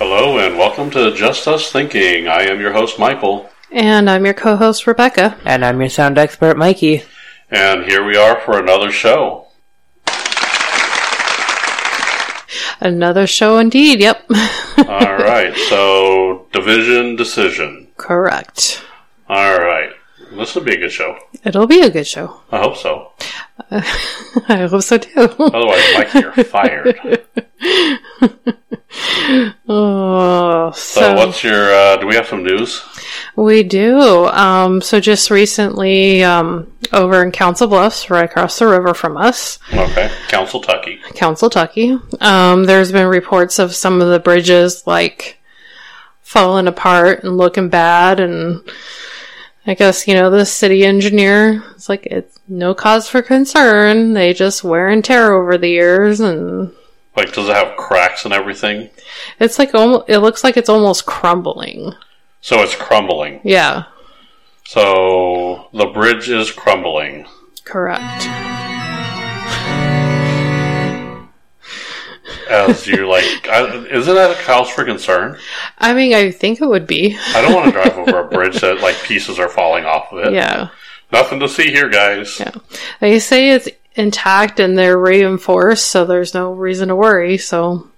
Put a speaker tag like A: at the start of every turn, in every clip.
A: and welcome to Just Us Thinking. I am your host, Michael,
B: And I'm your co host, Rebecca.
C: And I'm your sound expert, Mikey.
A: and here we are for another show.
B: Another show indeed, yep.
A: All right, so division decision.
B: Correct.
A: All right, this will be a good show.
B: It'll be a good show.
A: I hope so.
B: I hope so too.
A: Otherwise, Mikey, you're fired.
B: Oh,
A: So,
B: so,
A: what's your? Uh, do we have some news?
B: we do. Um, so just recently, um, over in Council Bluffs, right across the river from us,
A: Okay, Council Tucky.
B: Council Tucky, um, there's been reports of some of the bridges like falling apart and looking bad, and I guess you know the city engineer is like it's no cause for concern. They just wear and tear over the years, and
A: Like, does it have cracks and everything?
B: it's like almost, it looks like it's almost crumbling.
A: So it's crumbling.
B: Yeah,
A: So the bridge is crumbling.
B: correct.
A: As you like, I, isn't that a cause for concern?
B: I mean, I think it would be.
A: I don't want to drive over a bridge that like pieces are falling off of it.
B: Yeah.
A: Nothing to see here, guys.
B: Yeah. They say it's intact and they're reinforced, so there's no reason to worry. So,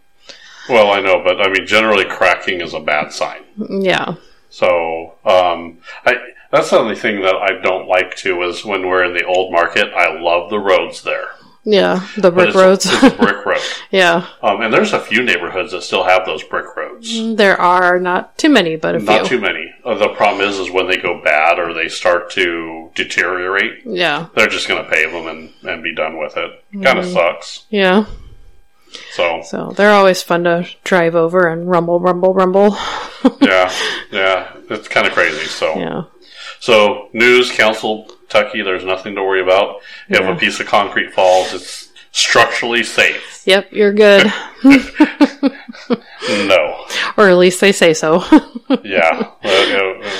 A: Well, I know, but I mean, generally cracking is a bad sign.
B: yeah.
A: So, um, I, that's the only thing that I don't like too is when we're in the old market. I love the roads there,
B: Yeah, the
A: But
B: brick
A: it's-
B: roads.
A: It's a brick road,
B: yeah,
A: um, and there's a few neighborhoods that still have those brick roads.
B: there are not too many, but a
A: Not
B: Mm, few.
A: too many. Uh, the problem is, is when they go bad or they start to deteriorate,
B: yeah,
A: they're just going to pave them and, and be done with it. Kind of
B: Mm.
A: sucks.
B: yeah.
A: So
B: So they're always fun to drive over and rumble, rumble, rumble.
A: yeah, yeah, it's kind of crazy. So
B: yeah,
A: so news council Tucky, there's nothing to worry about. If
B: Yeah.
A: a piece of concrete falls, it's structurally safe.
B: yep, you're good,
A: No,
B: or at least they say so.
A: yeah, Uh, uh, uh,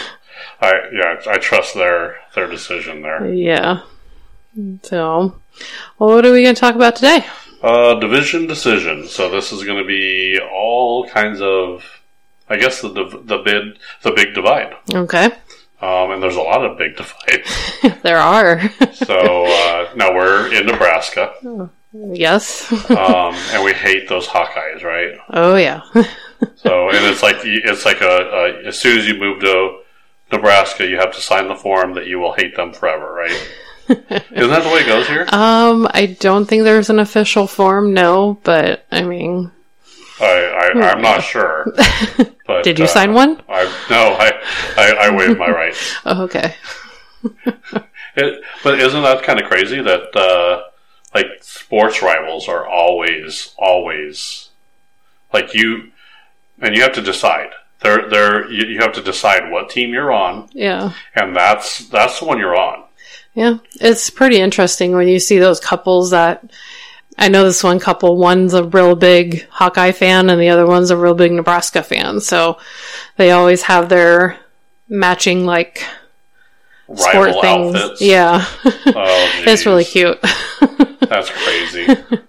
A: I yeah, I trust their their decision there.
B: yeah. So, well, what are we going to talk about today?
A: Uh, division decision. So this is going to be all kinds of, I guess the div- the bid the big divide.
B: Okay,
A: Um, and there's a lot of big divides.
B: there are.
A: So uh, now we're in Nebraska,
B: yes.
A: um, and we hate those Hawkeyes, right?
B: Oh yeah.
A: So, and it's like it's like a, a as soon as you move to Nebraska, you have to sign the form that you will hate them forever, right? Isn't that the way it goes here?
B: Um, I don't think there's an official form. No, but I mean,
A: I, I I'm not sure. But
B: did you
A: uh,
B: sign one?
A: I no, I I, I waived my rights.
B: Oh, okay.
A: It, but isn't that kind of crazy that uh, like sports rivals are always always like you, and you have to decide. They're, they're, you you have to decide what team you're on,
B: Yeah.
A: and that's that's the one you're on.
B: Yeah, it's pretty interesting when you see those couples that I know this one couple, one's a real big Hawkeye fan and the other one's a real big Nebraska fan. So they always have their matching like sport
A: rival
B: things.
A: outfits.
B: Yeah.
A: Oh,
B: it's really
A: geez.
B: cute.
A: That's crazy. It-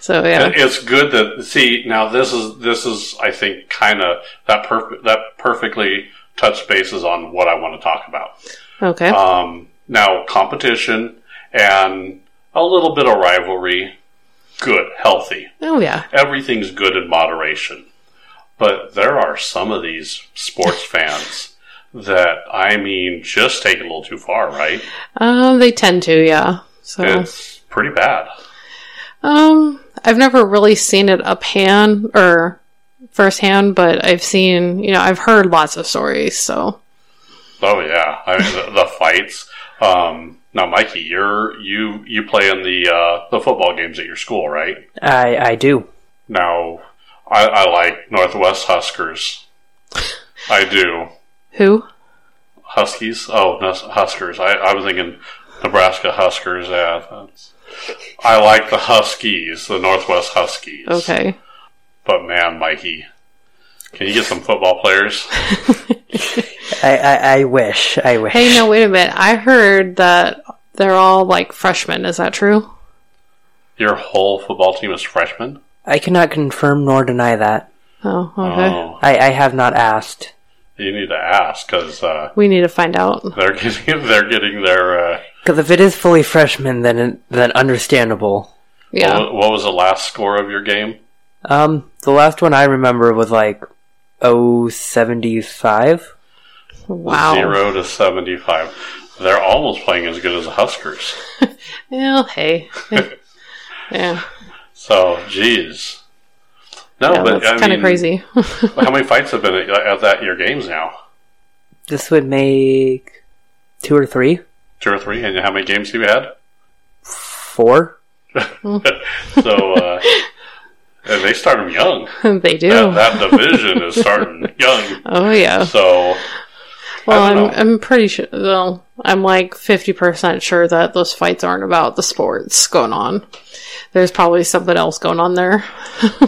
B: So yeah.
A: it's good that see now. This is this is I think kind of that perfect that perfectly touch bases on what I want to talk about.
B: Okay.
A: Um, now competition and a little bit of rivalry, good, healthy.
B: Oh yeah.
A: Everything's good in moderation. But there are some of these sports fans that I mean just take it a little too far, right?
B: Um they tend to, yeah. So
A: It's pretty bad.
B: Um, I've never really seen it up hand or firsthand, but I've seen, you know, I've heard lots of stories, so
A: Oh yeah, I mean the, the fights. Um, now, Mikey, you're you you play in the uh, the football games at your school, right?
C: I I do.
A: Now, I, I like Northwest Huskers. I do
B: who?
A: Huskies. Oh, no, Huskers. I, I was thinking Nebraska Huskers. Yeah, that's- I like the Huskies, the Northwest Huskies.
B: Okay.
A: but man, Mikey, can you get some football players?
C: I I, I wish. I wish.
B: Hey, no, wait a minute. I heard that they're all like freshmen. Is that true?
A: Your whole football team is freshmen.
C: I cannot confirm nor deny that.
B: Oh, okay.
A: Oh,
C: I, I have not asked.
A: you need to ask because uh,
B: We need to find out.
A: they're getting they're getting their. Uh,
C: Because if it is fully freshman, then it- then understandable.
B: Yeah.
A: what, what was the last score of your game?
C: Um, the last one I remember was like 075.
B: wow.
A: Oh, Zero to seventy five. They're almost playing as good as the Huskers.
B: Well, hey. yeah.
A: So, geez. No,
B: yeah
A: but I
B: that's kind of
A: mean,
B: crazy.
A: how many fights have been at, at that your games now?
C: This would make two or three,
A: Two or three, and how many games have you had?
C: four.
A: So, uh, and they start them young.
B: they do.
A: That, that division is starting young.
B: oh, yeah.
A: So,
B: Well,
A: I
B: I'm,
A: don't
B: I'm pretty sure, well, I'm like 50% sure that those fights aren't about the sports going on. There's probably something else going on there.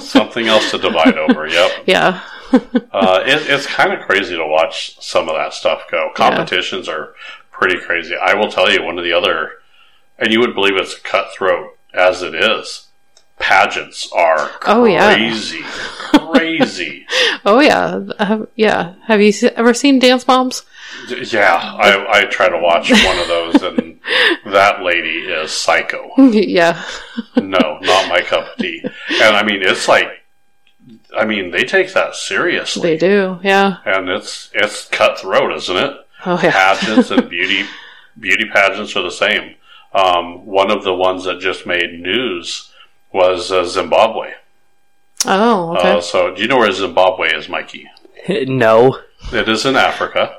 A: something else to divide over. Yep.
B: Yeah.
A: Uh, it, it's kind of crazy to watch some of that stuff go. Competitions are pretty crazy. I will tell you, one of the other, and you would believe it's cutthroat as it is. Pageants are
B: Oh, yeah.
A: crazy, crazy.
B: Oh, yeah. Uh, yeah. Have you se- ever seen Dance Moms?
A: Yeah, I, I try to watch one of those, and that lady is psycho.
B: yeah.
A: No, not my cup of tea. And I mean, it's like, I mean, they take that seriously,
B: They do. Yeah.
A: and it's it's cutthroat, isn't it?
B: Oh, yeah.
A: Pageants and beauty beauty pageants are the same. Um, one of the ones that just made news was uh, Zimbabwe.
B: Oh, okay.
A: Uh, so, do you know where Zimbabwe is, Mikey?
C: no.
A: It is in Africa.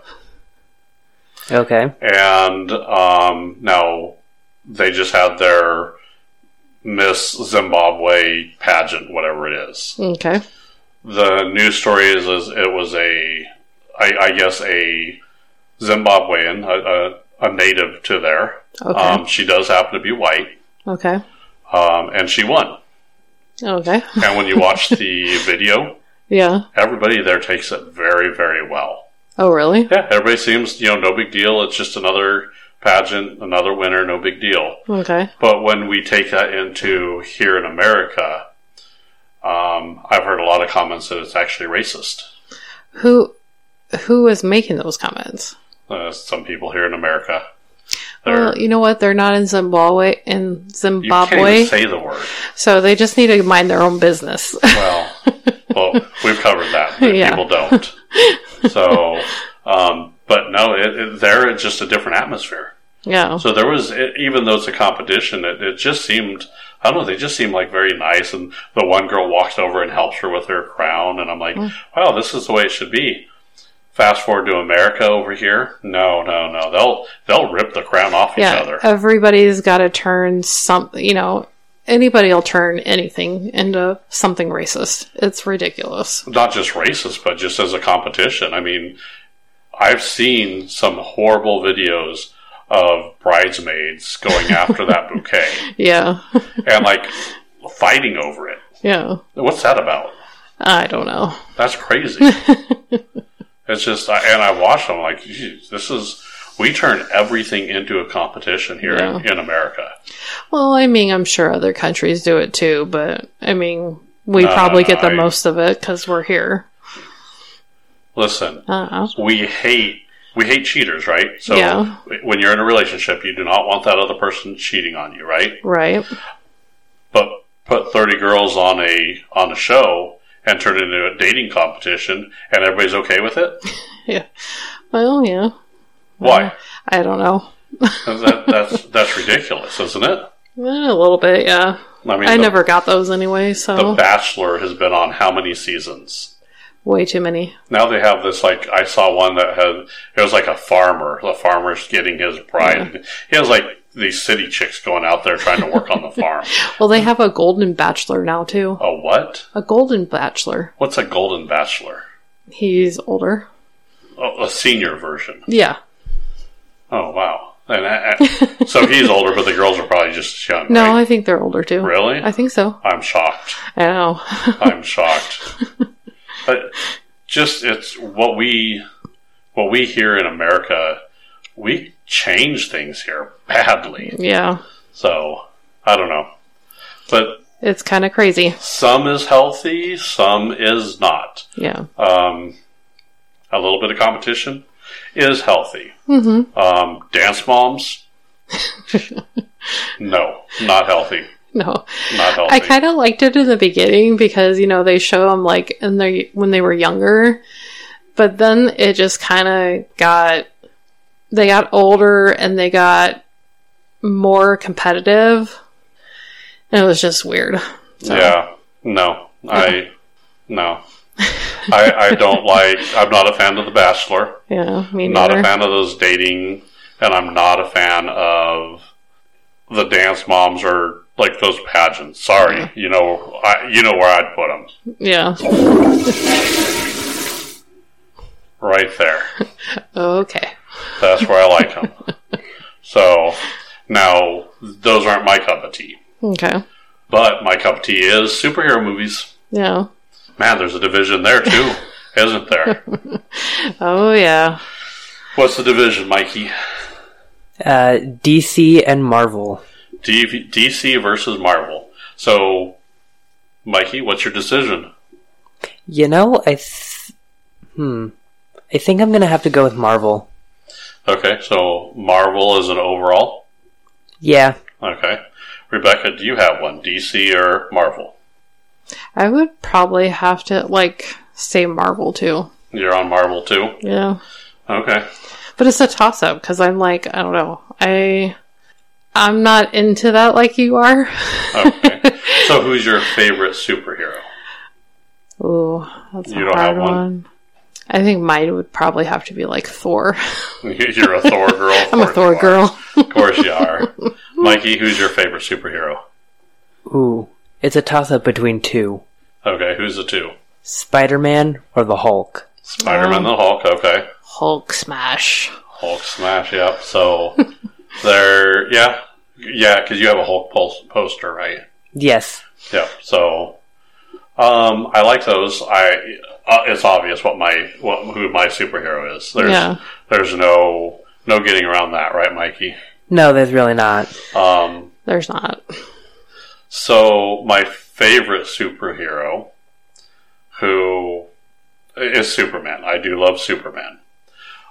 C: Okay.
A: and um, now they just had their Miss Zimbabwe pageant, whatever it is.
B: okay.
A: The news story is, is it was a, I, I guess a Zimbabwean, a, a, a native to there.
B: Okay.
A: Um, she does happen to be white,
B: okay.
A: um, and she won.
B: Okay.
A: And when you watch the video,
B: Yeah.
A: everybody there takes it very, very well.
B: Oh, really?
A: Yeah, everybody seems, you know, no big deal. It's just another pageant, another winner, no big deal.
B: Okay.
A: But when we take that into here in America, um, I've heard a lot of comments that it's actually racist.
B: Who who is making those comments?
A: Uh, some people here in America, they're,
B: Well, you know what? They're not in Zimbabwe in
A: you can't
B: Zimbabwe,
A: even say the word.
B: so they just need to mind their own business.
A: Well, well, we've covered that. But
B: Yeah.
A: People don't. So, um, but no, it, it, there it's just a different atmosphere.
B: yeah.
A: So there was, it, even though it's a competition, it, it just seemed, I don't know, they just seemed like very nice. And the one girl walks over and helps her with her crown. And I'm like,
B: Mm.
A: wow, this is the way it should be. Fast forward to America over here. No, no, no. They'll, they'll rip the crown off each
B: yeah.
A: other.
B: Everybody's got to turn something, you know, anybody will turn anything into something racist. It's ridiculous.
A: Not just racist, but just as a competition. I mean, I've seen some horrible videos of bridesmaids going after that bouquet
B: Yeah.
A: and like fighting over it.
B: yeah.
A: What's that about?
B: I don't know.
A: That's crazy. it's just, I, and I watched them like, geez, this is, we turn everything into a competition here in, in America.
B: Well, I mean, I'm sure other countries do it too, but I mean, we
A: No,
B: probably
A: no,
B: get the
A: I-
B: most of it because we're here. Uh-huh.
A: Listen,
B: I don't know.
A: we hate, we hate cheaters, right? So
B: Yeah.
A: when you're in a relationship, you do not want that other person cheating on you, right?
B: Right.
A: But put 30 girls on a, on a show and turn it into a dating competition and everybody's okay with it?
B: Well, yeah.
A: Why?
B: I don't know.
A: that, that's, that's ridiculous, isn't it?
B: Eh, A little bit, yeah.
A: I mean,
B: I
A: the-
B: never got those anyway,
A: The
B: so
A: Bachelor has been on how many seasons?
B: way too many.
A: Now they have this like I saw one that had it was like a farmer. The farmer's getting his bride. He has like these city chicks going out there trying to work on the farm.
B: Well, they have a golden bachelor now too.
A: A what?
B: A golden bachelor.
A: What's a golden bachelor?
B: He's older.
A: Oh, a senior version.
B: Yeah.
A: Oh wow. And I, I- so he's older, but the girls are probably just young.
B: No,
A: right?
B: I think they're older too.
A: really.
B: I think so.
A: I'm shocked.
B: I know.
A: I'm shocked. but just it's what we what we hear in America. We change things here badly.
B: yeah.
A: So I don't know, but
B: It's kind of crazy.
A: Some is healthy, some is not.
B: Yeah.
A: Um, a little bit of competition is healthy.
B: hmm
A: Um, dance moms, no, not healthy.
B: No.
A: Not healthy.
B: I kind of liked it in the beginning because you know they show them like in their when they were younger, but then it just kind of got they got older and they got more competitive, and it was just weird. So,
A: Yeah, no, I no, I, I don't like. I'm not a fan of The Bachelor.
B: yeah, me
A: not
B: neither.
A: a fan of those dating, and I'm not a fan of the dance moms or like those pageants. Sorry, you know, I you know where I'd put them
B: Yeah.
A: right there.
B: Okay.
A: That's where I like them. so now those aren't my cup of tea,
B: Okay.
A: but my cup of tea is superhero movies.
B: Yeah.
A: Man, there's a division there too, isn't there?
B: Oh yeah.
A: What's the division, Mikey?
C: Uh, DC and Marvel.
A: D- DC versus Marvel. So, Mikey, what's your decision?
C: You know, I th- hmm, I think I'm gonna have to go with Marvel.
A: Okay, so Marvel is an overall.
C: Yeah,
A: Okay. Rebecca, do you have one? DC or Marvel?
B: I would probably have to like say Marvel too.
A: You're on Marvel too?
B: Yeah.
A: Okay.
B: but it's a toss up because I'm like I don't know I I'm not into that like you are.
A: Okay. so who's your favorite superhero?
B: Ooh, that's
A: You
B: a
A: don't
B: hard
A: have
B: one.
A: one?
B: I think mine would probably have to be like Thor.
A: You're a Thor girl. Of
B: I'm a
A: course
B: Thor
A: you are.
B: girl.
A: Of course you are. Mikey, who's your favorite superhero?
C: ooh, it's a toss-up between two:
A: Okay, who's the two?
C: Spider-Man or the Hulk.
A: Spider Man,
B: Um,
A: the Hulk. Okay.
B: Hulk smash.
A: Hulk smash, yep. So there, yeah. Yeah, because you have a Hulk pos- poster, right?
C: Yes,
A: Yep. So, um, I like those. I uh, it's obvious what my what, who my superhero is. There's
B: Yeah.
A: there's no no getting around that, right, Mikey?
C: no, there's really not.
A: Um,
B: There's not.
A: so my favorite superhero, who is Superman. I do love Superman.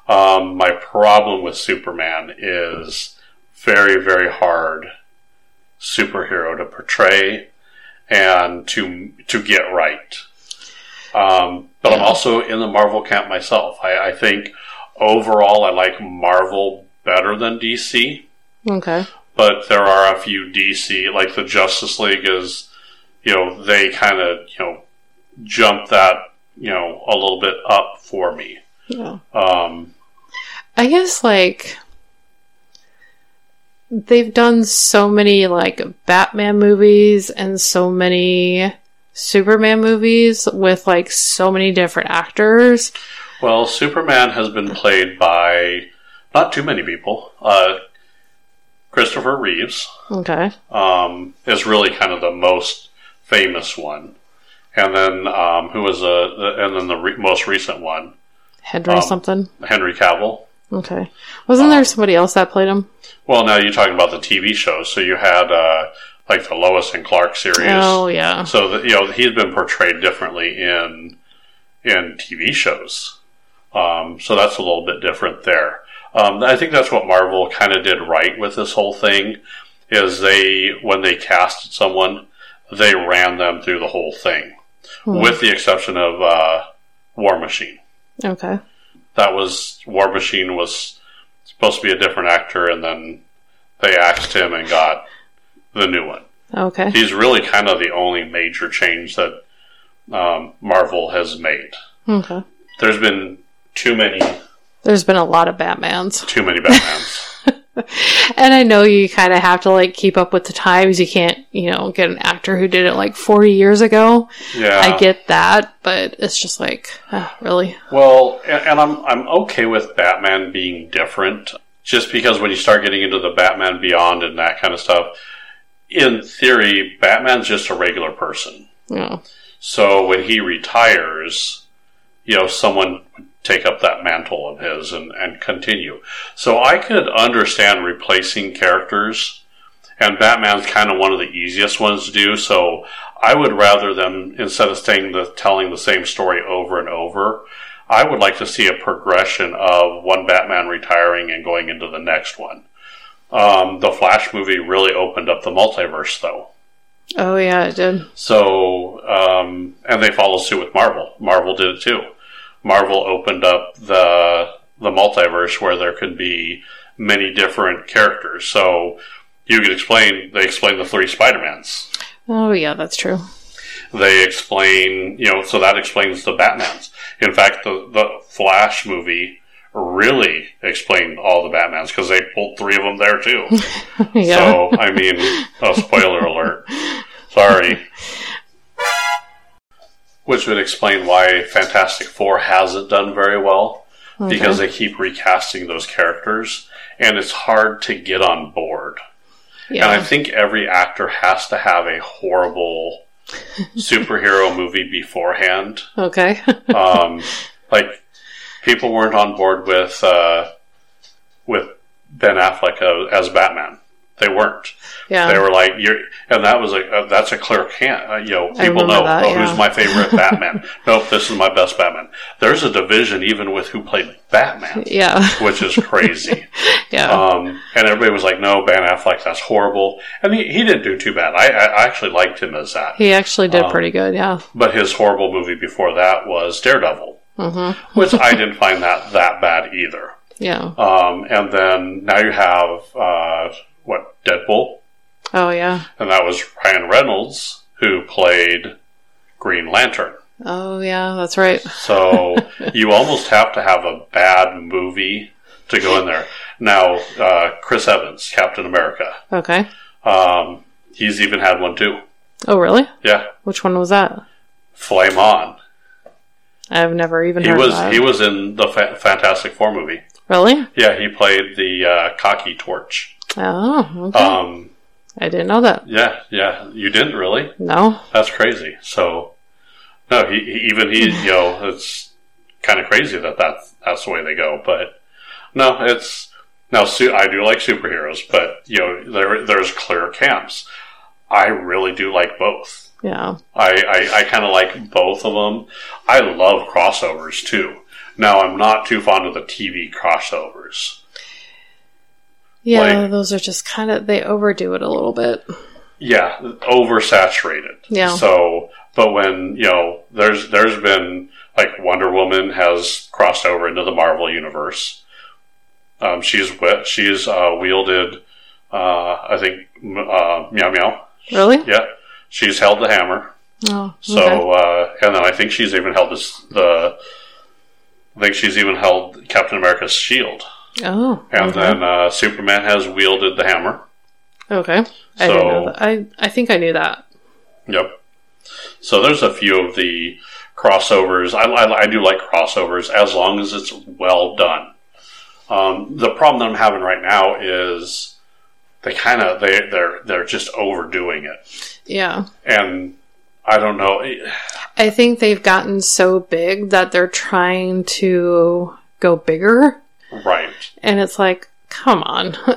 A: Um, my problem with Superman is very very hard superhero to portray and to to get right. Um, but I'm also in the Marvel camp myself. I, I think overall I like Marvel better than DC
B: Okay.
A: but there are a few DC, like the Justice League is, you know, they kind of, you know, jump that, you know, a little bit up for me.
B: Yeah.
A: Um,
B: I guess like they've done so many like Batman movies and so many Superman movies with like so many different actors.
A: well, Superman has been played by not too many people. Uh, Christopher Reeves
B: Okay.
A: um, is really kind of the most famous one. And then um, who was a, the, and then the re- most recent one,
B: Henry
A: Um,
B: something.
A: Henry Cavill.
B: Okay. Wasn't
A: um,
B: there somebody else that played him?
A: Well, now you're talking about the TV shows. So you had uh, like the Lois and Clark series.
B: Oh yeah.
A: So that you know he's been portrayed differently in in TV shows. Um, so that's a little bit different there. Um, I think that's what Marvel kind of did right with this whole thing is they when they casted someone, they ran them through the whole thing,
B: Hmm.
A: with the exception of uh, War Machine
B: Okay.
A: that was War Machine was supposed to be a different actor, and then they axed him and got the new one.
B: Okay.
A: He's really kind of the only major change that um, Marvel has made.
B: Okay.
A: There's been too many,
B: There's been a lot of Batmans.
A: too many Batmans.
B: And I know you kind of have to like keep up with the times. You can't, you know, get an actor who did it like 40 years ago.
A: yeah,
B: I get that, but it's just like, uh, really?
A: Well, a- and I'm I'm okay with Batman being different, just because when you start getting into the Batman Beyond and that kind of stuff, in theory, Batman's just a regular person.
B: Yeah.
A: So when he retires, you know, someone would take up that mantle of his and, and continue. So I could understand replacing characters and Batman's kind of one of the easiest ones to do. So I would rather them instead of staying the telling the same story over and over. I would like to see a progression of one Batman retiring and going into the next one. Um, the Flash movie really opened up the multiverse, though.
B: Oh yeah, it did.
A: So, um, and they follow suit with Marvel. Marvel did it too. Marvel opened up the the multiverse where there could be many different characters. So you could explain they explain the three Spider Mans.
B: Oh yeah, that's true.
A: They explain you know so that explains the Batmans. In fact, the the Flash movie really explained all the Batmans because they pulled three of them there too.
B: yeah.
A: So I mean, oh, spoiler alert. Sorry. Which would explain why Fantastic Four hasn't done very well
B: Okay.
A: because they keep recasting those characters, and it's hard to get on board.
B: yeah.
A: And I think every actor has to have a horrible superhero movie beforehand.
B: okay.
A: Um, like people weren't on board with uh, with Ben Affleck uh, as Batman. They weren't. They
B: yeah.
A: were like, "You're," and that was a uh, that's a clear can. Uh, you know,
B: I
A: people
B: remember
A: know
B: that,
A: "Oh,
B: yeah.
A: who's my favorite Batman. nope, this is my best Batman. There's a division even with who played Batman,
B: Yeah.
A: which is crazy.
B: Yeah.
A: um, and everybody was like, "No, Ben Affleck, that's horrible." And he, he didn't do too bad. I, I actually liked him as that.
B: he actually did
A: um,
B: pretty good. Yeah.
A: But his horrible movie before that was Daredevil,
B: Mm-hmm.
A: which I didn't find that that bad either.
B: Yeah.
A: Um, and then now you have uh, what Deadpool.
B: Oh yeah.
A: and that was Ryan Reynolds who played Green Lantern.
B: Oh yeah. That's right.
A: So you almost have to have a bad movie to go in there. Now, uh, Chris Evans, Captain America,
B: Okay.
A: um, he's even had one too.
B: Oh really?
A: Yeah,
B: Which one was that?
A: Flame On.
B: I've never even
A: He
B: heard
A: was
B: of that.
A: he was in the fa- Fantastic Four movie.
B: really?
A: Yeah, he played the uh, cocky torch.
B: Oh, okay.
A: Um,
B: I didn't know that.
A: yeah, yeah, you didn't really.
B: No.
A: That's crazy. So, no, he, he even he, you know, it's kind of crazy that that's, that's the way they go. But no, it's now. Su- I do like superheroes, but you know, there there's clear camps. I really do like both.
B: Yeah.
A: I I, I kind of like both of them. I love crossovers too. Now I'm not too fond of the TV crossovers.
B: Yeah,
A: Like-
B: those are just kind of they overdo it a little bit.
A: yeah, oversaturated.
B: Yeah.
A: So, but when you know, there's there's been like Wonder Woman has crossed over into the Marvel universe. Um, she's wi- she's uh, wielded, uh, I think, m- uh, meow meow.
B: Really?
A: Yeah, she's held the hammer.
B: Oh,
A: So,
B: okay.
A: uh, and then I think she's even held this the. I think she's even held Captain America's shield,
B: Oh.
A: and
B: okay.
A: then uh, Superman has wielded the hammer.
B: Okay. I didn't
A: So-
B: know that. I I think I knew that.
A: Yep. So there's a few of the crossovers. I, I, I do like crossovers as long as it's well done. Um, the problem that I'm having right now is they kind of they they're they're just overdoing it,
B: Yeah.
A: and I don't know. eh,
B: I think they've gotten so big that they're trying to go bigger
A: Right.
B: and it's like, come on.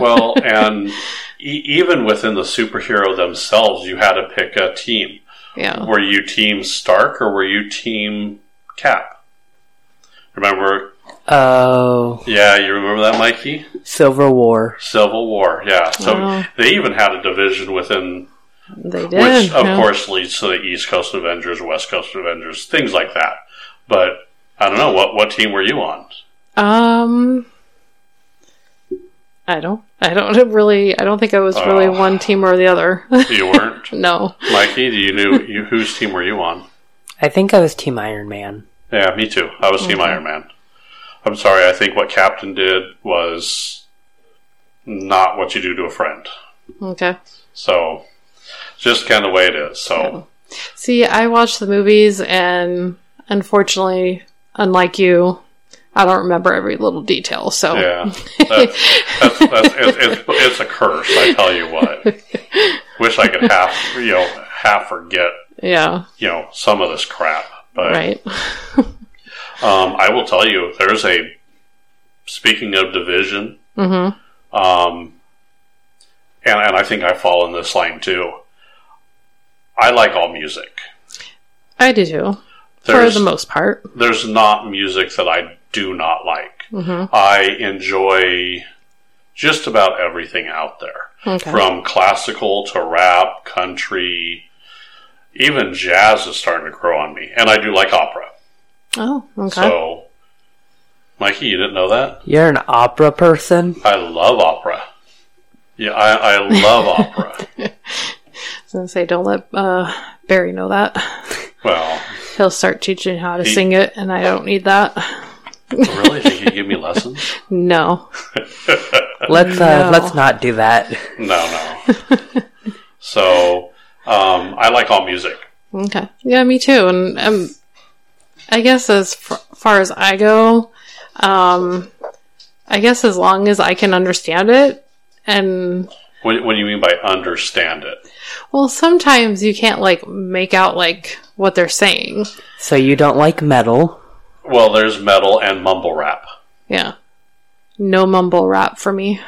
A: Well, and e- even within the superhero themselves, you had to pick a team.
B: yeah.
A: Were you team Stark or were you team Cap? Remember?
C: Oh,
A: Yeah, you remember that, Mikey?
C: Silver War.
A: Civil War, yeah. So
B: Wow.
A: they even had a division within,
B: They did.
A: which of
B: yeah.
A: course leads to the East Coast Avengers, West Coast Avengers, things like that. But I don't know what what team were you on?
B: Um I don't I don't really I don't think I was really
A: Oh.
B: one team or the other.
A: You weren't,
B: no.
A: Mikey. Do you knew you, whose team were you on?
C: I think I was Team Iron Man.
A: Yeah, me too. I was Team
B: Okay.
A: Iron Man. I'm sorry. I think what Captain did was not what you do to a friend.
B: Okay.
A: So just kind of the way it is. So.
B: See, I watch the movies, and unfortunately, unlike you, I don't remember every little detail. So,
A: Yeah, that's, that's, that's, it's, it's, it's a curse. I tell you what. Wish I could half you know half forget
B: yeah,
A: you know some of this crap. But
B: right.
A: um, I will tell you, there's
B: Mm-hmm.
A: a speaking of division,
B: hmm
A: um, and, and I think I fall in this line too. I like all music.
B: I do too, for
A: There's
B: the most part.
A: there's not music that I do not like.
B: hmm
A: I enjoy just about everything out there,
B: Okay.
A: from classical to rap, country, even jazz is starting to grow on me, and I do like opera.
B: oh, okay.
A: So, Mikey, you didn't know that?
C: You're an opera person?
A: I love opera. Yeah, I, I love opera.
B: I was gonna say, don't let uh, Barry know that.
A: Well,
B: He'll start teaching how to
A: He-
B: sing it, and I don't need that.
A: really, think you give me lessons?
B: No.
C: Let's uh,
B: No.
C: let's not do that.
A: No, no. So, um, I like all music.
B: Okay. Yeah, me too. And um, I guess as f- far as I go, um, I guess as long as I can understand it, and
A: What, what do you mean by understand it?
B: well, sometimes you can't like make out like what they're saying.
C: So you don't like metal?
A: Well, there's metal and mumble rap.
B: Yeah. No mumble rap for me.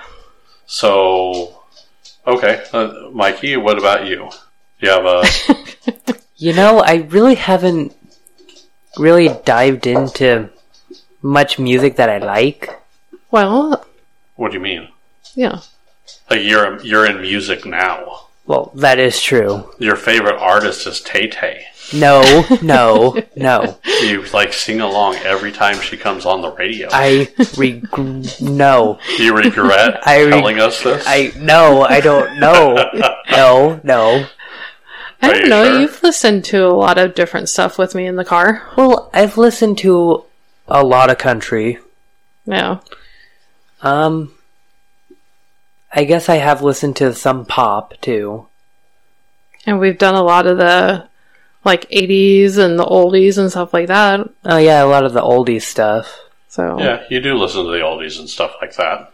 A: So, okay, uh, Mikey, what about you? You have a
C: You know, I really haven't really dived into much music that I like.
B: Well,
A: what do you mean?
B: yeah.
A: Like you're you're in music now.
C: Well, that is true.
A: Your favorite artist is Tay Tay.
C: No, no, no.
A: You like sing along every time she comes on the radio.
C: I regr no.
A: Do you regret
C: I re-
A: telling us this?
C: I no, I don't know. No, no.
B: I
A: Are
B: don't
A: you
B: know.
A: sure?
B: You've listened to a lot of different stuff with me in the car.
C: Well, I've listened to a lot of country.
B: Yeah.
C: Um I guess I have listened to some pop too.
B: And we've done a lot of the like 80s and the oldies and stuff like that.
C: Oh yeah, a lot of the oldie stuff.
B: So
A: yeah, you do listen to the oldies and stuff like that.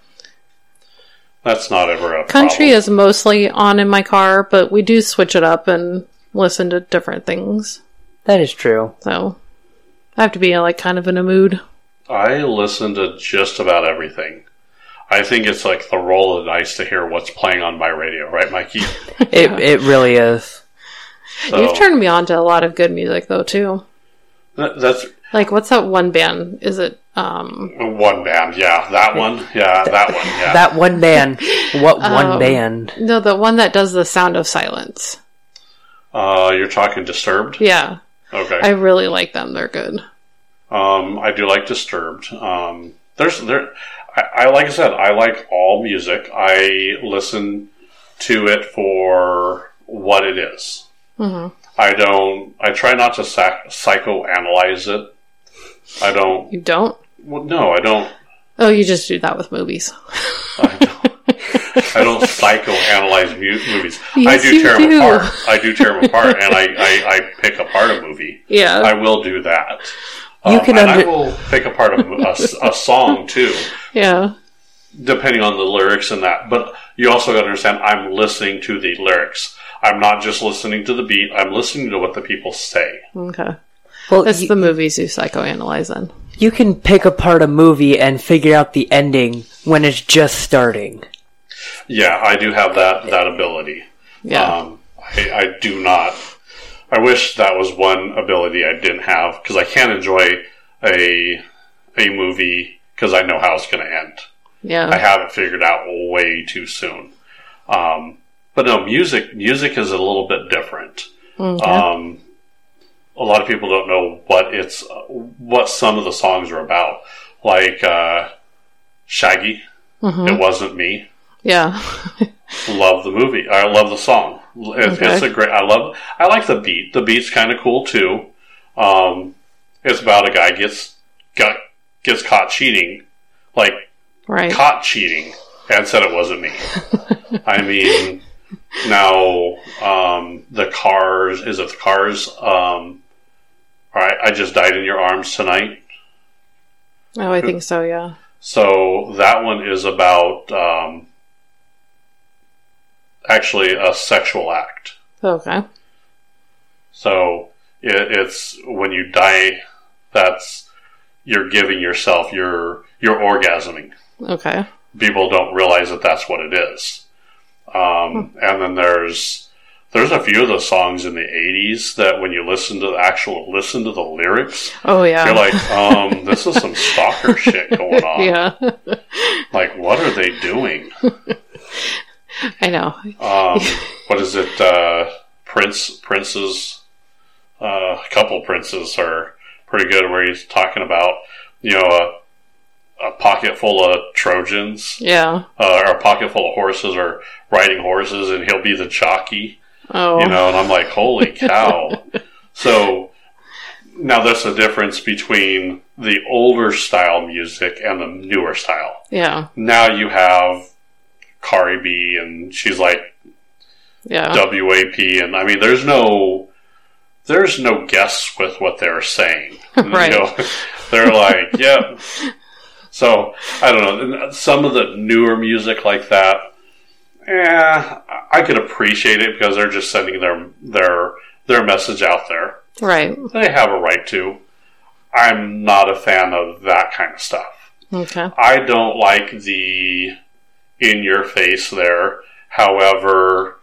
A: That's not ever a
B: country
A: Problem.
B: is mostly on in my car, but we do switch it up and listen to different things.
C: That is true.
B: So I have to be like kind of in a mood.
A: I listen to just about everything. I think it's like the roll of the dice to hear what's playing on my radio, right, Mikey?
C: It it really is.
A: So
B: You've turned me on to a lot of good music though too.
A: that- that's
B: Like what's that one band? Is it um
A: one band. Yeah, that one. Yeah, that one. Yeah,
C: That one band. What
B: Um,
C: one band?
B: no the one that does the sound of silence.
A: uh, you're talking Disturbed.
B: Yeah.
A: Okay.
B: I really like them. They're good.
A: Um, I do like Disturbed. Um, there's there. I, I like I said, I like all music. I listen to it for what it is.
B: hmm
A: I don't. I try not to sac- psychoanalyze it. I don't.
B: You don't?
A: Well, no, I don't.
B: Oh, you just do that with movies.
A: I don't. I don't psychoanalyze mu- movies.
B: Yes,
A: I do
B: you
A: tear them
B: do.
A: apart. I do tear them apart, and I, I, I pick apart a movie.
B: Yeah.
A: I will do that. Um,
C: You can
A: and I
C: under-
A: will pick apart a, a s- a song too,
B: yeah.
A: depending on the lyrics and that. But you also got to understand, I'm listening to the lyrics. I'm not just listening to the beat. I'm listening to what the people say.
B: Okay.
C: Well,
B: That's
C: you,
B: the movies you psychoanalyze in.
C: you can pick apart a movie and figure out the ending when it's just starting.
A: Yeah, I do have that that ability.
B: Yeah.
A: Um, I, I do not. I wish that was one ability I didn't have because I can't enjoy a a movie because I know how it's going to end. I
B: yeah.
A: have it figured out way too soon. Um, but no, music music is a little bit different.
B: Okay.
A: Um, a lot of people don't know what it's what some of the songs are about. Like uh, Shaggy,
B: Mhm.
A: it wasn't me.
B: Yeah.
A: Love the movie. I love the song. It, It's
B: Okay.
A: a great. I love. I like the beat. The beat's kind of cool too. Um, it's about a guy gets got, gets caught cheating, like
B: Right.
A: caught cheating and said it wasn't me. I mean, now um, the Cars is it the Cars? Um, all right, I just died in your arms tonight.
B: Oh, I think so, yeah.
A: So that one is about um, actually a sexual act.
B: Okay.
A: So it, it's when you die, that's you're giving yourself you're you're orgasming.
B: Okay.
A: people don't realize that that's what it is.
B: Hmm.
A: Um, and then there's there's a few of the songs in the '80s that when you listen to the actual listen to the lyrics,
B: Oh yeah.
A: you're like, um, this is some stalker shit going on.
B: yeah.
A: Like, what are they doing?
B: I know.
A: Um, what is it? Uh, Prince, princes, uh, a couple princes are pretty good. Where he's talking about you know a, a pocket full of Trojans
B: Yeah.
A: uh, or a pocket full of horses or riding horses, and he'll be the jockey.
B: Oh.
A: you know and i'm like holy cow so now that's the difference between the older style music and the newer style
B: Yeah.
A: now you have Cardi B and she's like
B: Yeah.
A: WAP and I mean there's no there's no guess with what they're saying. You
B: Right.
A: know, they're like, yep. So I don't know. uh, Some of the newer music like that, eh, I could appreciate it because they're just sending their their their message out there.
B: Right.
A: They have a right to. I'm not a fan of that kind of stuff.
B: Okay.
A: I don't like the in your face there. However,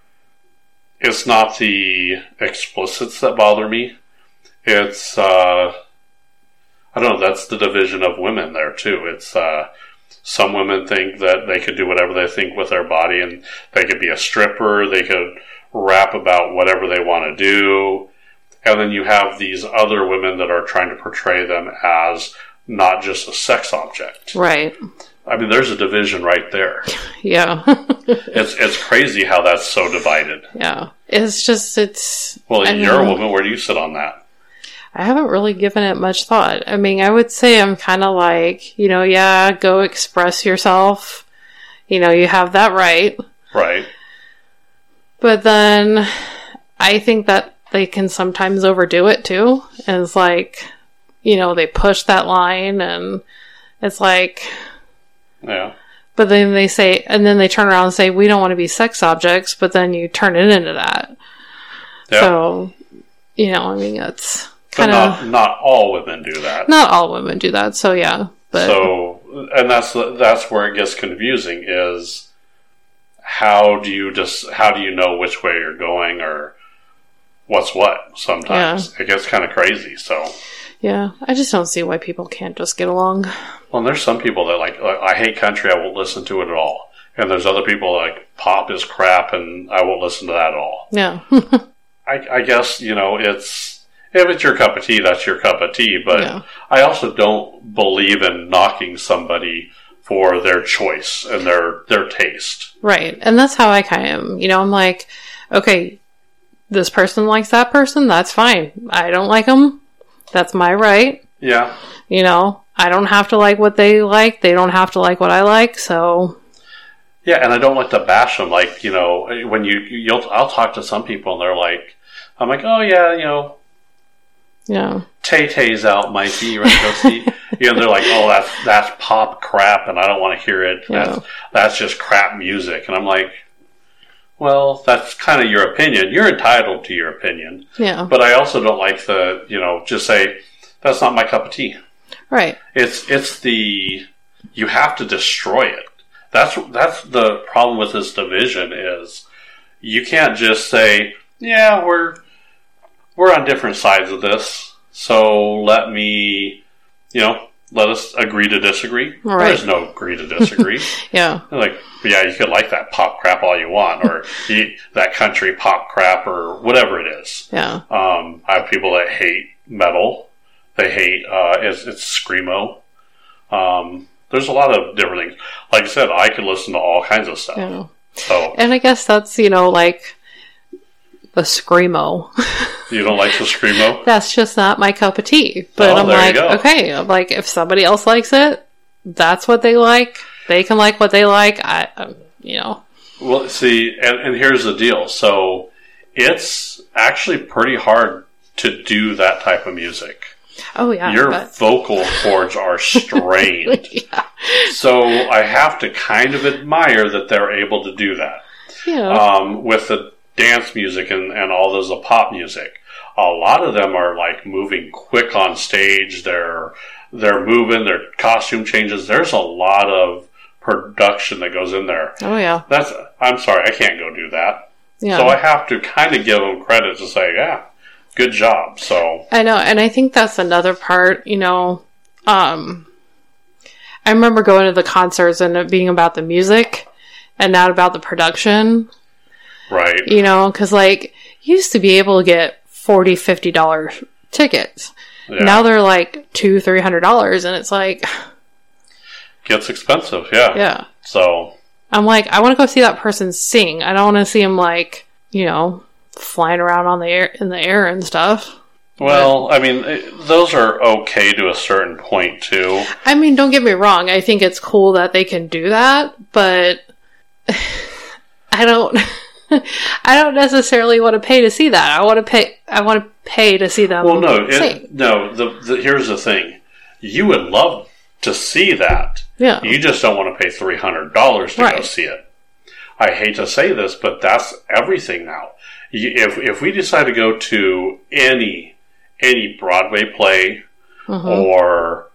A: it's not the explicits that bother me. It's uh I don't know, that's the division of women there too. It's uh some women think that they could do whatever they think with their body and they could be a stripper, they could rap about whatever they want to do. And then you have these other women that are trying to portray them as not just a sex object.
B: Right.
A: I mean, there's a division right there.
B: Yeah.
A: It's it's crazy how that's so divided.
B: yeah. It's just it's
A: Well,
B: I
A: you're a
B: know.
A: woman. Where do you sit on that?
B: I haven't really given it much thought. I mean, I would say I'm kind of like, you know, yeah, go express yourself. You know, you have that right.
A: Right.
B: But then I think that they can sometimes overdo it too. And it's like, you know, they push that line and it's like,
A: Yeah.
B: but then they say, and then they turn around and say, we don't want to be sex objects, but then you turn it into that.
A: Yeah.
B: So, you know, I mean, it's
A: but
B: kind of
A: not not all women do that.
B: not all women do that. So yeah, but
A: so, and that's that's where it gets confusing. Is how do you just how do you know which way you're going or what's what? Sometimes it gets kind of crazy. So,
B: yeah, I just don't see why people can't just get along.
A: well, and there's some people that like, like I hate country. I won't listen to it at all. And there's other people like pop is crap, and I won't listen to that at all.
B: Yeah.
A: I, I guess you know it's if it's your cup of tea, that's your cup of tea. But
B: Yeah.
A: I also don't believe in knocking somebody for their choice and their their taste.
B: Right. And that's how I kind of am. You know, I'm like, okay, this person likes that person. That's fine. I don't like them. That's my right.
A: Yeah,
B: You know, I don't have to like what they like. They don't have to like what I like. So,
A: yeah, and I don't like to bash them. Like you know, when you you'll I'll talk to some people and they're like, I'm like, oh yeah, you know,
B: you know,
A: Tay Tay's out, Mikey, right? Go see. you know, they're like, oh, that's that's pop crap, and I don't want to hear it. That's that's just crap music, and I'm like. Well, that's kind of your opinion. You're entitled to your opinion.
B: yeah.
A: But I also don't like the, you know, just say that's not my cup of tea.
B: Right.
A: It's it's the you have to destroy it. That's that's the problem with this division is you can't just say, yeah, we're we're on different sides of this. So let me, you know, let us agree to disagree.
B: Right.
A: There's no agree to disagree.
B: Yeah.
A: Like, yeah, you could like that pop crap all you want, or you, that country pop crap, or whatever it is.
B: Yeah.
A: Um, I have people that hate metal. They hate uh, it's, it's screamo. Um, there's a lot of different things. Like I said, I could listen to all kinds of stuff.
B: Yeah.
A: So
B: And I guess that's, you know, like the Screamo.
A: you don't like the screamo?
B: that's just not my cup of tea. But
A: Oh,
B: I'm
A: there you
B: like,
A: go.
B: okay, I'm like, if somebody else likes it, that's what they like. They can like what they like. I, um, you know,
A: Well, see, and, and here's the deal. So it's actually pretty hard to do that type of music.
B: oh yeah,
A: Your
B: but-
A: vocal cords are strained. So I have to kind of admire that they're able to do that.
B: yeah,
A: um, with the dance music and, and all those the pop music. A lot of them are like moving quick on stage. They're they're moving. Their costume changes. There's a lot of production that goes in there.
B: Oh yeah,
A: That's I'm sorry, I can't go do that.
B: yeah.
A: So I have to kind of give them credit to say, yeah, good job. So
B: I know, and I think that's another part, you know. Um I remember going to the concerts and it being about the music and not about the production,
A: right,
B: you know, cuz like you used to be able to get 40 50 dollar tickets.
A: yeah.
B: Now they're like 2 300 dollars and it's like
A: gets expensive. Yeah.
B: yeah.
A: So
B: I'm like I want to go see that person sing. I don't want to see him like, you know, flying around on the air in the air and stuff.
A: well, I mean, it- those are okay to a certain point too.
B: I mean, don't get me wrong. I think it's cool that they can do that, but I don't. I don't necessarily want to pay to see that. I want to pay. I want to pay to see them.
A: Well, no, it,
B: sing.
A: no. The, the here's the thing: you would love to see that.
B: yeah,
A: You just don't want to pay three hundred dollars to go
B: Oh. Right.
A: see it. I hate to say this, but that's everything now. You- If if we decide to go to any any Broadway play
B: Mhm.
A: or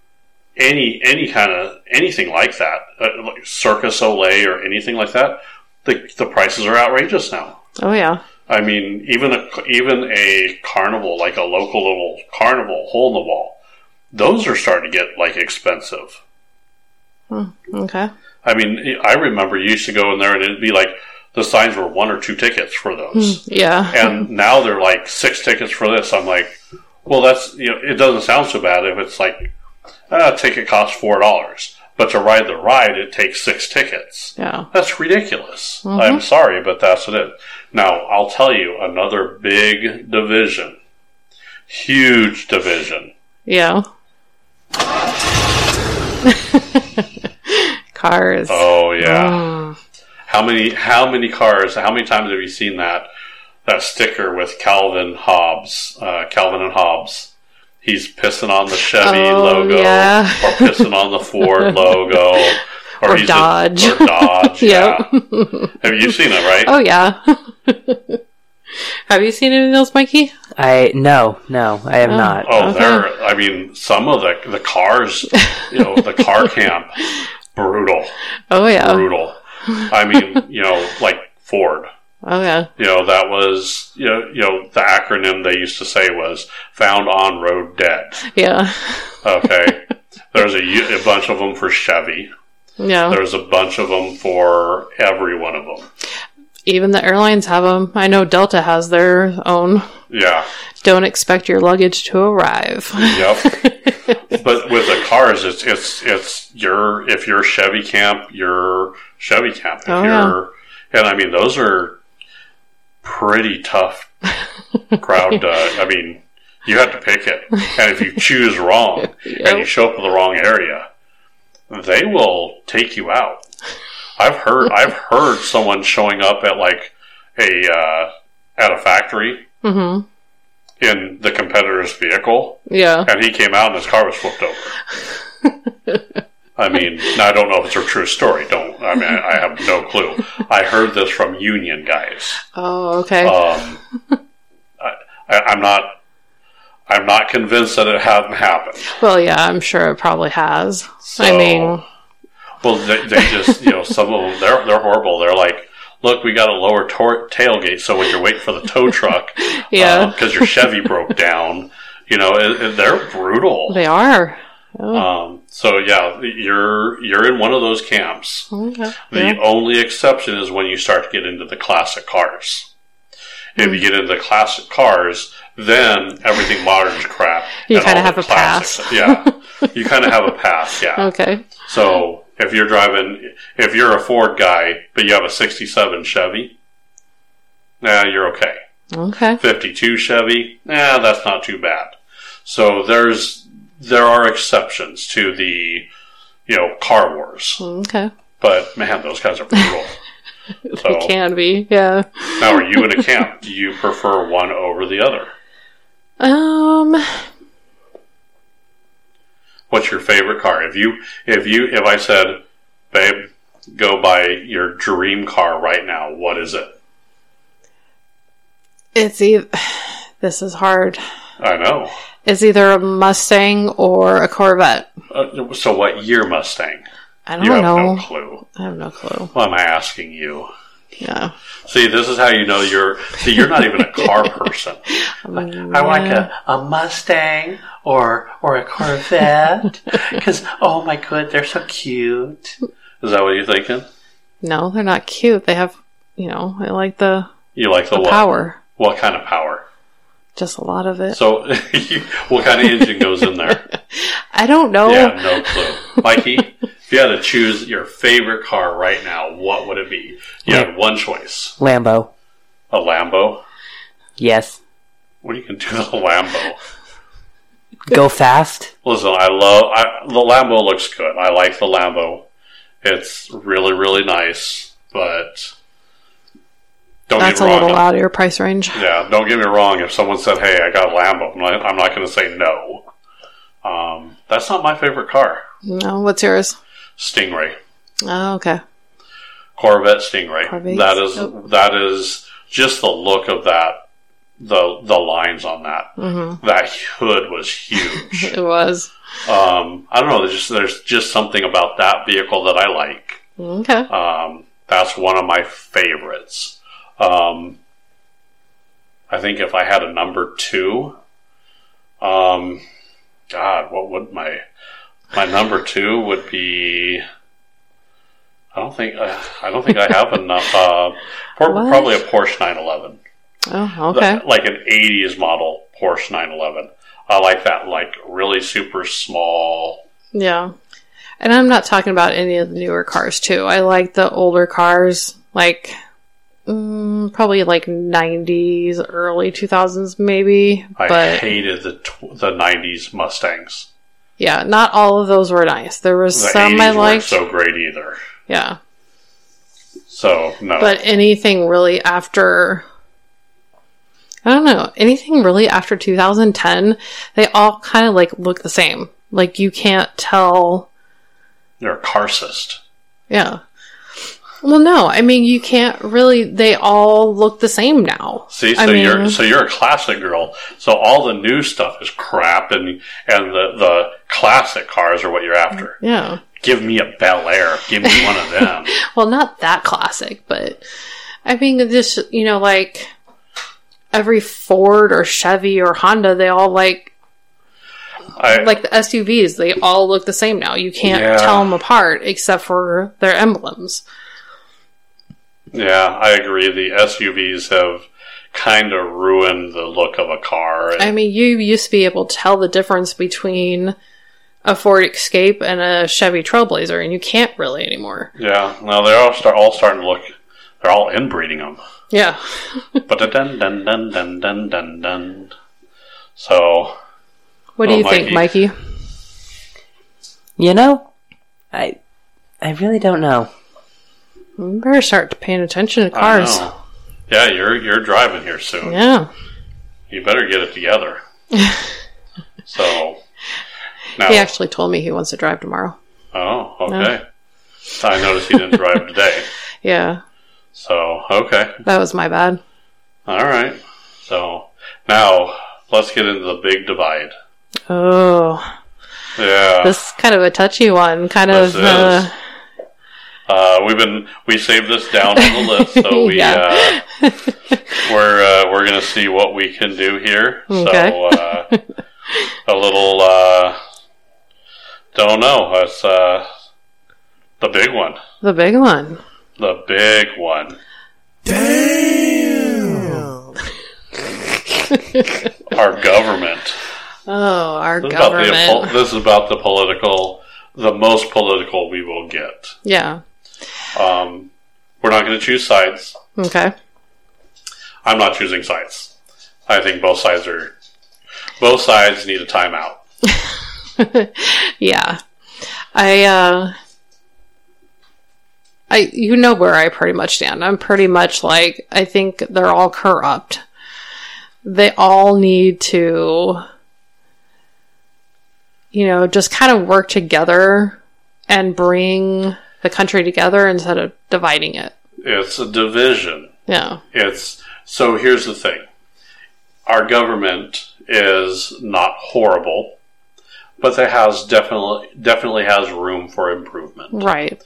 A: any any kind of anything like that, uh, like Circus Olay or anything like that, the the prices are outrageous now.
B: oh yeah,
A: I mean, even a even a carnival like a local little carnival hole in the wall, those are starting to get like expensive.
B: okay,
A: I mean, I remember you used to go in there and it'd be like the signs were one or two tickets for those.
B: yeah,
A: and now they're like six tickets for this. I'm like, well, that's, you know, it doesn't sound so bad if it's like ah, a ticket costs $4. But to ride the ride, it takes six tickets.
B: yeah,
A: That's ridiculous.
B: Mhm.
A: I'm sorry, but that's what it is. Now, I'll tell you another big division, huge division
B: yeah. Cars.
A: Oh yeah.
B: Mm.
A: How many how many cars? How many times have you seen that that sticker with Calvin Hobbs? Uh, Calvin and Hobbs. He's pissing on the Chevy
B: Oh,
A: logo,
B: yeah.
A: or pissing on the Ford logo,
B: Or
A: he's a-
B: Dodge.
A: or Dodge.
B: Yep.
A: Yeah. Have you seen it? Right.
B: Oh yeah. Have you seen any of those, Mikey?
C: I no, no, I have not.
A: Oh,
B: Okay.
A: there. I mean, some of the the cars, you know, the car camp, brutal,
B: Oh yeah.
A: brutal. I mean, you know, like Ford.
B: Oh yeah.
A: you know that was you know, you know the acronym they used to say was found on road dead
B: Yeah.
A: okay there's a, u- a bunch of them for chevy
B: Yeah.
A: there's a bunch of them for every one of them
B: Even the airlines have them. I know Delta has their own.
A: yeah
B: Don't expect your luggage to arrive.
A: yep but with the cars it's it's it's your if you're chevy camp you're chevy camp if
B: Oh, yeah.
A: you're and i mean those are pretty tough crowd uh, i mean you have to pick it and if you choose wrong and you
B: Yep.
A: show up in the wrong area, they will take you out. I've heard I've heard someone showing up at like a uh, at a factory
B: Mhm.
A: in the competitor's vehicle,
B: Yeah.
A: and he came out and his car was flipped over. I mean, now I don't know if it's a true story. Don't I mean I have no clue. I heard this from union guys.
B: Oh, okay.
A: Um, I, I, I'm not. I'm not convinced that it hadn't happened.
B: well, yeah, I'm sure it probably has.
A: So,
B: I mean,
A: Well, they, they just, you know, some of them, they're, they're horrible. They're like, look, we got a lower tor- tailgate, so when you're waiting for the tow truck,
B: Yeah.
A: because your Chevy broke down, you know, and, and they're brutal.
B: they are. Oh,
A: Um, so yeah, you're you're in one of those camps.
B: okay.
A: The
B: Yeah.
A: only exception is when you start to get into the classic cars. If
B: Hmm.
A: you get into the classic cars, then everything modern's crap.
B: You
A: and
B: kinda
A: all the
B: have a
A: classics-
B: pass.
A: Yeah, you kind of have a pass. Yeah.
B: Okay.
A: So if you're driving, if you're a Ford guy, but you have a 67 Chevy, nah, you're okay.
B: Okay.
A: 52 Chevy, nah, that's not too bad. So there's, there are exceptions to the, you know, car wars.
B: Okay.
A: But man, those guys are brutal.
B: They
A: So
B: can be. Yeah.
A: now are you in a camp? Do you prefer one over the other?
B: Um,
A: What's your favorite car? If you, if you, if I said, babe, go buy your dream car right now, what is it?
B: it's either. This is hard.
A: I know.
B: It's either a Mustang or a Corvette.
A: Uh, so what year Mustang?
B: I
A: You have
B: don't know.
A: no clue.
B: I have no clue.
A: Well, I'm asking you.
B: Yeah.
A: See, this is how you know you're. See, you're not even a car person. I like a, a Mustang or or a Corvette because oh my god, they're so cute. Is that what you're thinking?
B: No, they're not cute. They have, you know, I like the,
A: You like the,
B: the
A: what?
B: power.
A: What kind of power?
B: Just a lot of it.
A: So, you- what kind of engine goes in there?
B: I don't know.
A: Yeah, no clue. Mikey, if you had to choose your favorite car right now, what would it be? You had one choice:
C: Lambo.
A: a Lambo.
C: Yes.
A: What are you gonna do with a Lambo?
C: Go fast.
A: Listen, I love I, the Lambo. Looks good. I like the Lambo. It's really, really nice. But don't
B: That's
A: get
B: a
A: me
B: little
A: wrong.
B: out of your price range.
A: yeah, don't get me wrong. If someone said, "Hey, I got a Lambo," I'm not, I'm not going to say no. Um, that's not my favorite car.
B: No, what's yours?
A: Stingray,
B: Oh, okay.
A: Corvette Stingray.
B: Corvette?
A: That is
B: Oh.
A: that is just the look of that. The the lines on that
B: hmm
A: that hood was huge.
B: It was.
A: um, I don't know. There's just, there's just something about that vehicle that I like.
B: Okay.
A: Um, that's one of my favorites. Um, I think if I had a number two, um, God, what would my my number two would be? I don't think uh, I don't think I have enough. Uh,
B: What?
A: por- probably a Porsche 911,
B: Oh, okay.
A: Th- like an 80s model Porsche 911. I like that, like really super small.
B: Yeah. And I'm not talking about any of the newer cars, too. I like the older cars, like mm, probably like 90s, early 2000s, maybe.
A: I
B: but
A: hated the tw- the 90s Mustangs.
B: yeah, not all of those were nice. There was
A: The
B: some
A: 80s
B: I
A: weren't
B: liked.
A: so great either.
B: yeah.
A: So no,
B: But anything really after. I don't know. Anything really after 2010, they all kind of like look the same. Like you can't tell
A: you're a carcist.
B: Yeah. Well, no, I mean you can't really. They all look the same now.
A: See, so
B: I mean-
A: you're so you're a classic girl. So all the new stuff is crap, and and the the classic cars are what you're after.
B: Yeah.
A: Give me a Bel Air. Give me one of them.
B: Well, not that classic, but I mean, this you know, like every Ford or Chevy or Honda, they all like
A: I,
B: like the SUVs. They all look the same now. You can't tell 'em
A: Yeah.
B: tell them apart except for their emblems.
A: yeah, I agree. The SUVs have kind of ruined the look of a car.
B: I mean, you used to be able to tell the difference between a Ford Escape and a Chevy Trailblazer, and you can't really anymore.
A: yeah, no, they're all start all starting to look. They're all inbreeding them.
B: Yeah.
A: But dun dun dun dun dun dun dun. So
B: What do
A: Oh,
B: you think, Mikey?
C: You know, I I really don't know.
B: We better start paying attention to
A: I
B: cars.
A: know. Yeah, you're you're driving here soon.
B: Yeah.
A: You better get it together. so now,
B: He actually told me he wants to drive tomorrow.
A: oh, okay. I noticed you didn't drive today.
B: Yeah,
A: So okay,
B: that was my bad.
A: all right. So now let's get into the big divide.
B: Oh,
A: Yeah,
B: this is kind of a touchy one. Kind
A: This
B: of. Uh,
A: is. uh, we've been we saved this down on the list, so we
B: Yeah.
A: uh, we're uh, we're gonna see what we can do here. So
B: Okay.
A: uh, a little uh, don't know. It's uh, the big one.
B: the big one.
A: The big one. Damn. Our government.
B: Oh, our
A: This is, about the,
B: government.
A: pol- this is about the political, the most political we will get.
B: yeah.
A: Um, we're not going to choose sides.
B: Okay.
A: I'm not choosing sides. I think both sides are. Both sides need a timeout.
B: yeah. I. uh I, you know where I pretty much stand. I'm pretty much like I think they're all corrupt. They all need to you know, just kind of work together and bring the country together instead of dividing it.
A: It's a division.
B: Yeah.
A: It's so. Here's the thing: our government is not horrible, but that has definitely definitely has room for improvement.
B: Right.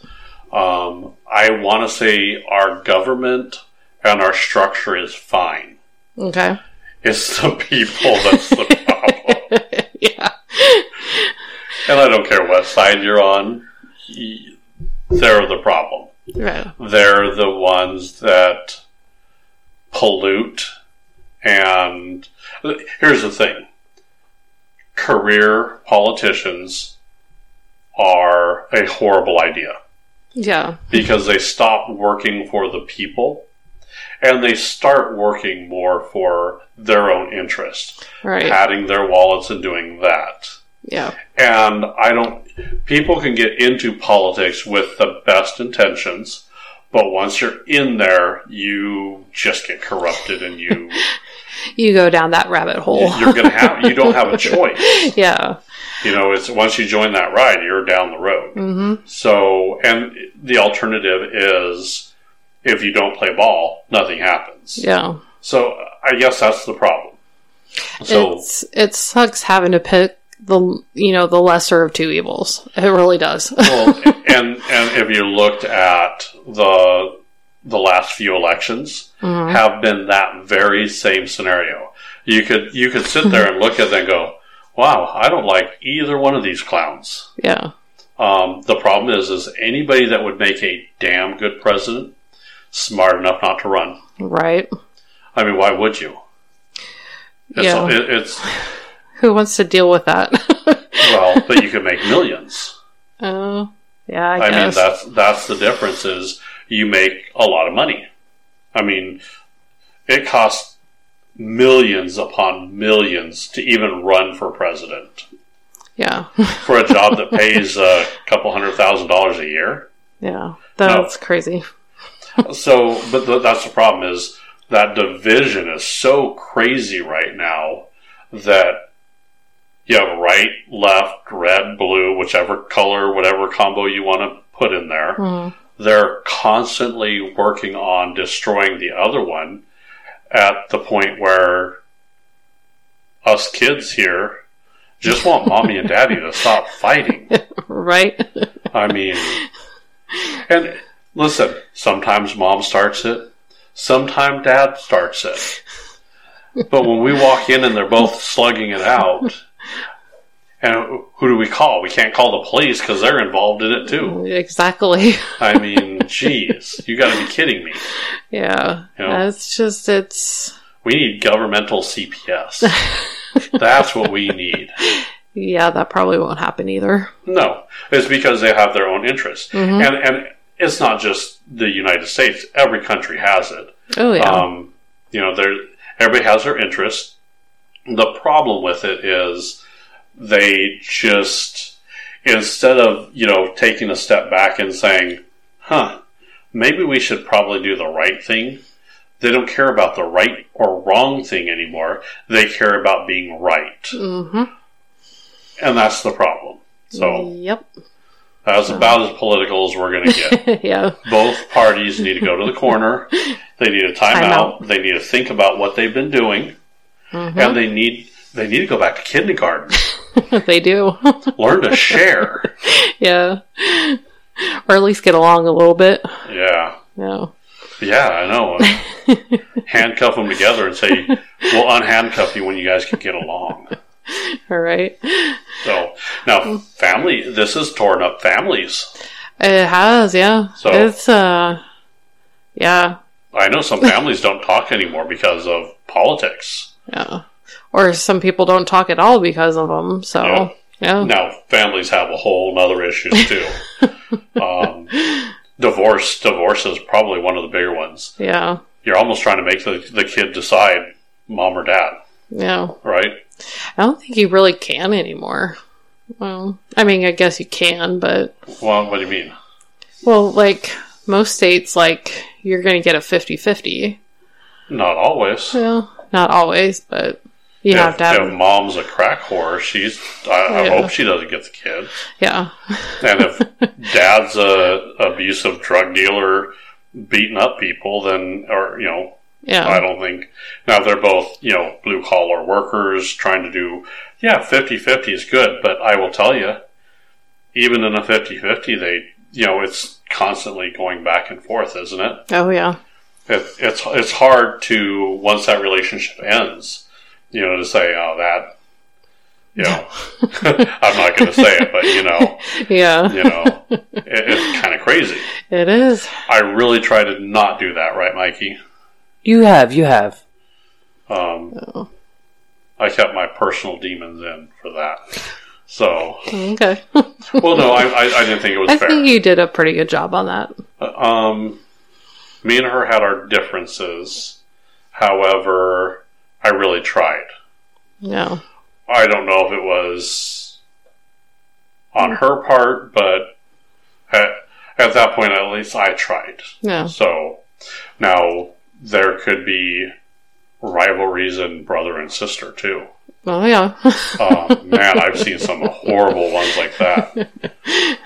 A: Um, I want to say our government and our structure is fine.
B: Okay.
A: It's the people that's the problem.
B: yeah.
A: and I don't care what side you're on, y- they're the problem.
B: Right.
A: They're the ones that pollute. And here's the thing career politicians are a horrible idea
B: Yeah.
A: because they stop working for the people and they start working more for their own interest,
B: Right.
A: padding their wallets and doing that.
B: Yeah.
A: And I don't, people can get into politics with the best intentions, but once you're in there, you just get corrupted and you,
B: You go down that rabbit hole.
A: you're going to have, you don't have a choice.
B: yeah.
A: You know, it's once you join that ride, you're down the road.
B: Mm-hmm.
A: So, and the alternative is if you don't play ball, nothing happens.
B: Yeah.
A: So I guess that's the problem. So,
B: it's it sucks having to pick the you know the lesser of two evils. It really does.
A: well, and, and if you looked at the, the last few elections,
B: Mhm.
A: have been that very same scenario. You could you could sit there and look at them and go, "Wow, I don't like either one of these clowns."
B: Yeah.
A: Um, the problem is, is anybody that would make a damn good president smart enough not to run?
B: Right.
A: I mean, why would you? It's,
B: Yeah.
A: it, it's
B: Who wants to deal with that?
A: well, but you could make millions.
B: Oh. yeah. I,
A: Uh, I mean,
B: guess.
A: that's that's the difference. Is you make a lot of money. I mean, it costs millions upon millions to even run for president.
B: yeah.
A: for a job that pays a couple hundred thousand dollars a year.
B: Yeah. That's crazy.
A: So, but th- that's the problem is that division is so crazy right now that you have right, left, red, blue, whichever color, whatever combo you want to put in there.
B: Mhm.
A: They're constantly working on destroying the other one at the point where us kids here just want mommy and daddy to stop fighting.
B: Right.
A: I mean, and listen, sometimes mom starts it, sometimes dad starts it. But when we walk in and they're both slugging it out, and who do we call? We can't call the police because they're involved in it too.
B: Exactly.
A: I mean, jeez, you got to be kidding me.
B: Yeah.
A: Yeah.
B: It's just it's
A: We need governmental CPS. That's what we need.
B: yeah, that probably won't happen either.
A: No, it's because they have their own interests,
B: Mhm.
A: and and it's not just the United States. Every country has it.
B: Oh yeah.
A: Um, you know, there everybody has their interest. The problem with it is they just instead of you know taking a step back and saying, "Huh, maybe we should probably do the right thing." They don't care about the right or wrong thing anymore. They care about being right,
B: mm-hmm.
A: and that's the problem. So
B: Yep.
A: that's about as political as we're going to get.
B: yeah.
A: both parties need to go to the corner. They need a timeout. They need to think about what they've been doing,
B: Mhm.
A: and they need they need to go back to kindergarten,
B: they do.
A: learn to share.
B: yeah. Or at least get along a little bit.
A: Yeah,
B: No.
A: yeah, I know. Handcuff them together and say, "We'll unhandcuff you when you guys can get along."
B: All right.
A: So now, family, this is torn up families.
B: It has, yeah.
A: So-
B: it's uh yeah,
A: I know some families don't talk anymore because of politics.
B: yeah. Or some people don't talk at all because of them. So
A: Yeah.
B: yeah,
A: Now, families have a whole other issues too. um, divorce, divorce is probably one of the bigger ones.
B: yeah,
A: You're almost trying to make the, the kid decide, mom or dad,
B: yeah.
A: right?
B: I don't think you really can anymore. Well, I mean, I guess you can, but
A: Well, what do you mean?
B: well, like most states, like you're going to get a 50-50.
A: Not always.
B: Well, not always, but you
A: if,
B: have to have
A: if mom's a crack whore, she's. I, I
B: Yeah.
A: hope she doesn't get the kid.
B: yeah,
A: And if dad's a abusive drug dealer, beating up people, then or you know, I
B: Yeah.
A: don't think now they're both, you know, blue collar workers trying to do, yeah, 50 50 is good, but I will tell you, even in a 50 50, they, you know, it's constantly going back and forth, isn't it?
B: Oh yeah.
A: it? It's, it's hard to, once that relationship ends, you know, to say, oh, that, you know, I'm not going to say it, but, you know,
B: Yeah.
A: you know, it, it's kind of crazy.
B: It is.
A: I really try to not do that, right, Mikey?
C: You have, you have.
A: Um,
B: Oh,
A: I kept my personal demons in for that. So,
B: okay.
A: well, no, I, I, I didn't think it was
B: I
A: fair.
B: think you did a pretty good job on that.
A: um, me and her had our differences. However, I really tried.
B: Yeah.
A: I don't know if it was on her part, but at, at that point, at least I tried.
B: Yeah.
A: So now there could be rivalries in brother and sister too.
B: Oh yeah.
A: Oh man, I've seen some horrible ones like that.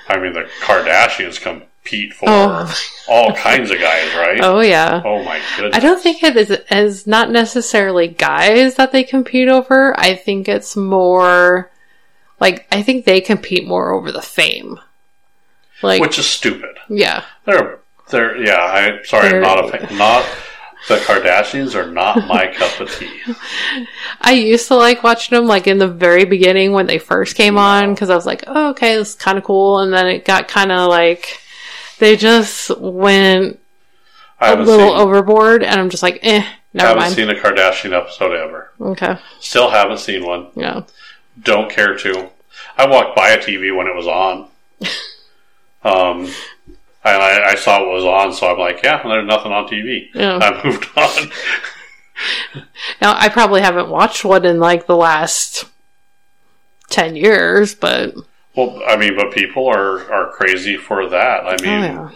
A: I mean, the Kardashians compete for
B: Oh.
A: all kinds of guys, right? Oh,
B: oh yeah.
A: my goodness!
B: I don't think it is as not necessarily guys that they compete over. I think it's more like I think they compete more over the fame. Like
A: which is stupid.
B: yeah.
A: They're they're yeah. I'm sorry,
B: They're-
A: I'm not a fan. Not the Kardashians are not my cup of tea.
B: I used to like watching them like in the very beginning when they first came on because I was like, oh, okay, this is kind of cool. And then it got kind of like they just went
A: I
B: a
A: haven't
B: little
A: seen
B: overboard, and I'm just like, eh, never
A: haven't
B: mind.
A: seen a Kardashian episode ever.
B: okay,
A: Still haven't seen one.
B: yeah,
A: Don't care to. I walked by a TV when it was on. um. And I, I saw what was on, so I'm like, yeah, there's nothing on TV.
B: yeah.
A: I moved on.
B: now I probably haven't watched one in like the last ten years, but
A: Well, I mean, but people are, are crazy for that. I
B: oh,
A: mean,
B: yeah,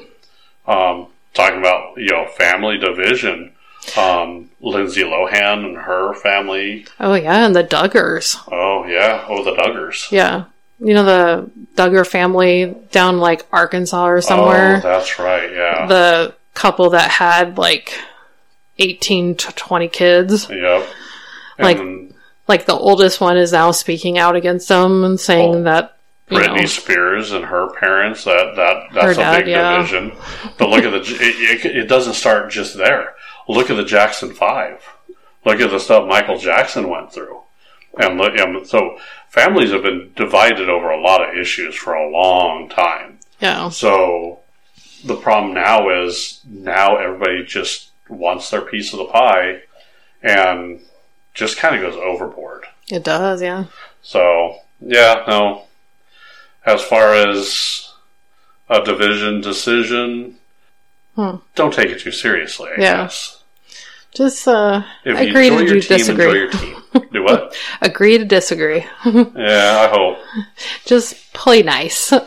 A: um, talking about you know family division, um, Lindsay Lohan and her family.
B: oh yeah, and the Duggars,
A: Oh yeah, oh the Duggars.
B: yeah, you know the Duggar family down like Arkansas or somewhere.
A: Oh, that's right. Yeah.
B: the couple that had like 18 to 20 kids.
A: yep.
B: Like-
A: and
B: Like the oldest one is now speaking out against them and saying
A: Oh,
B: that you
A: Britney
B: know,
A: Spears and her parents. That that
B: Her
A: that's a
B: dad,
A: big
B: yeah.
A: division. But look at the. It, it, it doesn't start just there. Look at the Jackson Five. Look at the stuff Michael Jackson went through, and look. And so families have been divided over a lot of issues for a long time.
B: yeah,
A: So the problem now is now everybody just wants their piece of the pie, and just kind of goes overboard.
B: it does, yeah.
A: So yeah, no. As far as a division decision,
B: Hmm.
A: don't take it too seriously. I
B: Yeah.
A: guess.
B: Just uh
A: If
B: Agree to do
A: team,
B: disagree.
A: enjoy your team. Do what?
B: agree to disagree.
A: yeah, I hope.
B: Just play nice.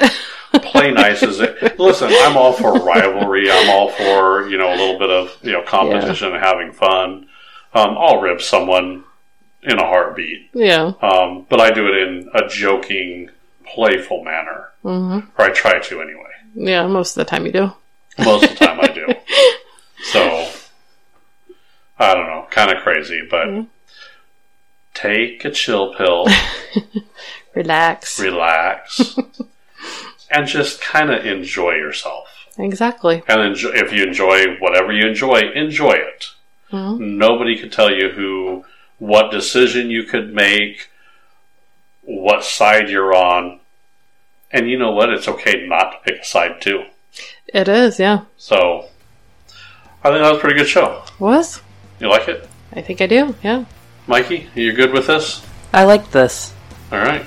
A: Play nice is it. Listen, I'm all for rivalry. I'm all for you know a little bit of you know competition and having fun. Um, I'll rip someone in a heartbeat,
B: yeah.
A: um, but I do it in a joking, playful manner,
B: hmm
A: or I try to anyway.
B: Yeah, most of the time you do.
A: Most of the time I do. So I don't know, kind of crazy, but
B: Mhm.
A: take a chill pill,
B: Relax.
A: relax, and just kind of enjoy yourself.
B: exactly.
A: And enjoy, if you enjoy whatever you enjoy, enjoy it.
B: Mhm.
A: Nobody could tell you who, what decision you could make, what side you're on. And you know what? It's okay not to pick a side too.
B: It is, yeah.
A: So I think that was a pretty good show.
B: Was?
A: You like it?
B: I think I do. Yeah.
A: Mikey, you good with this?
C: I like this.
A: All right.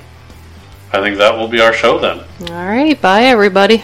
A: I think that will be our show then.
B: All right. Bye, everybody.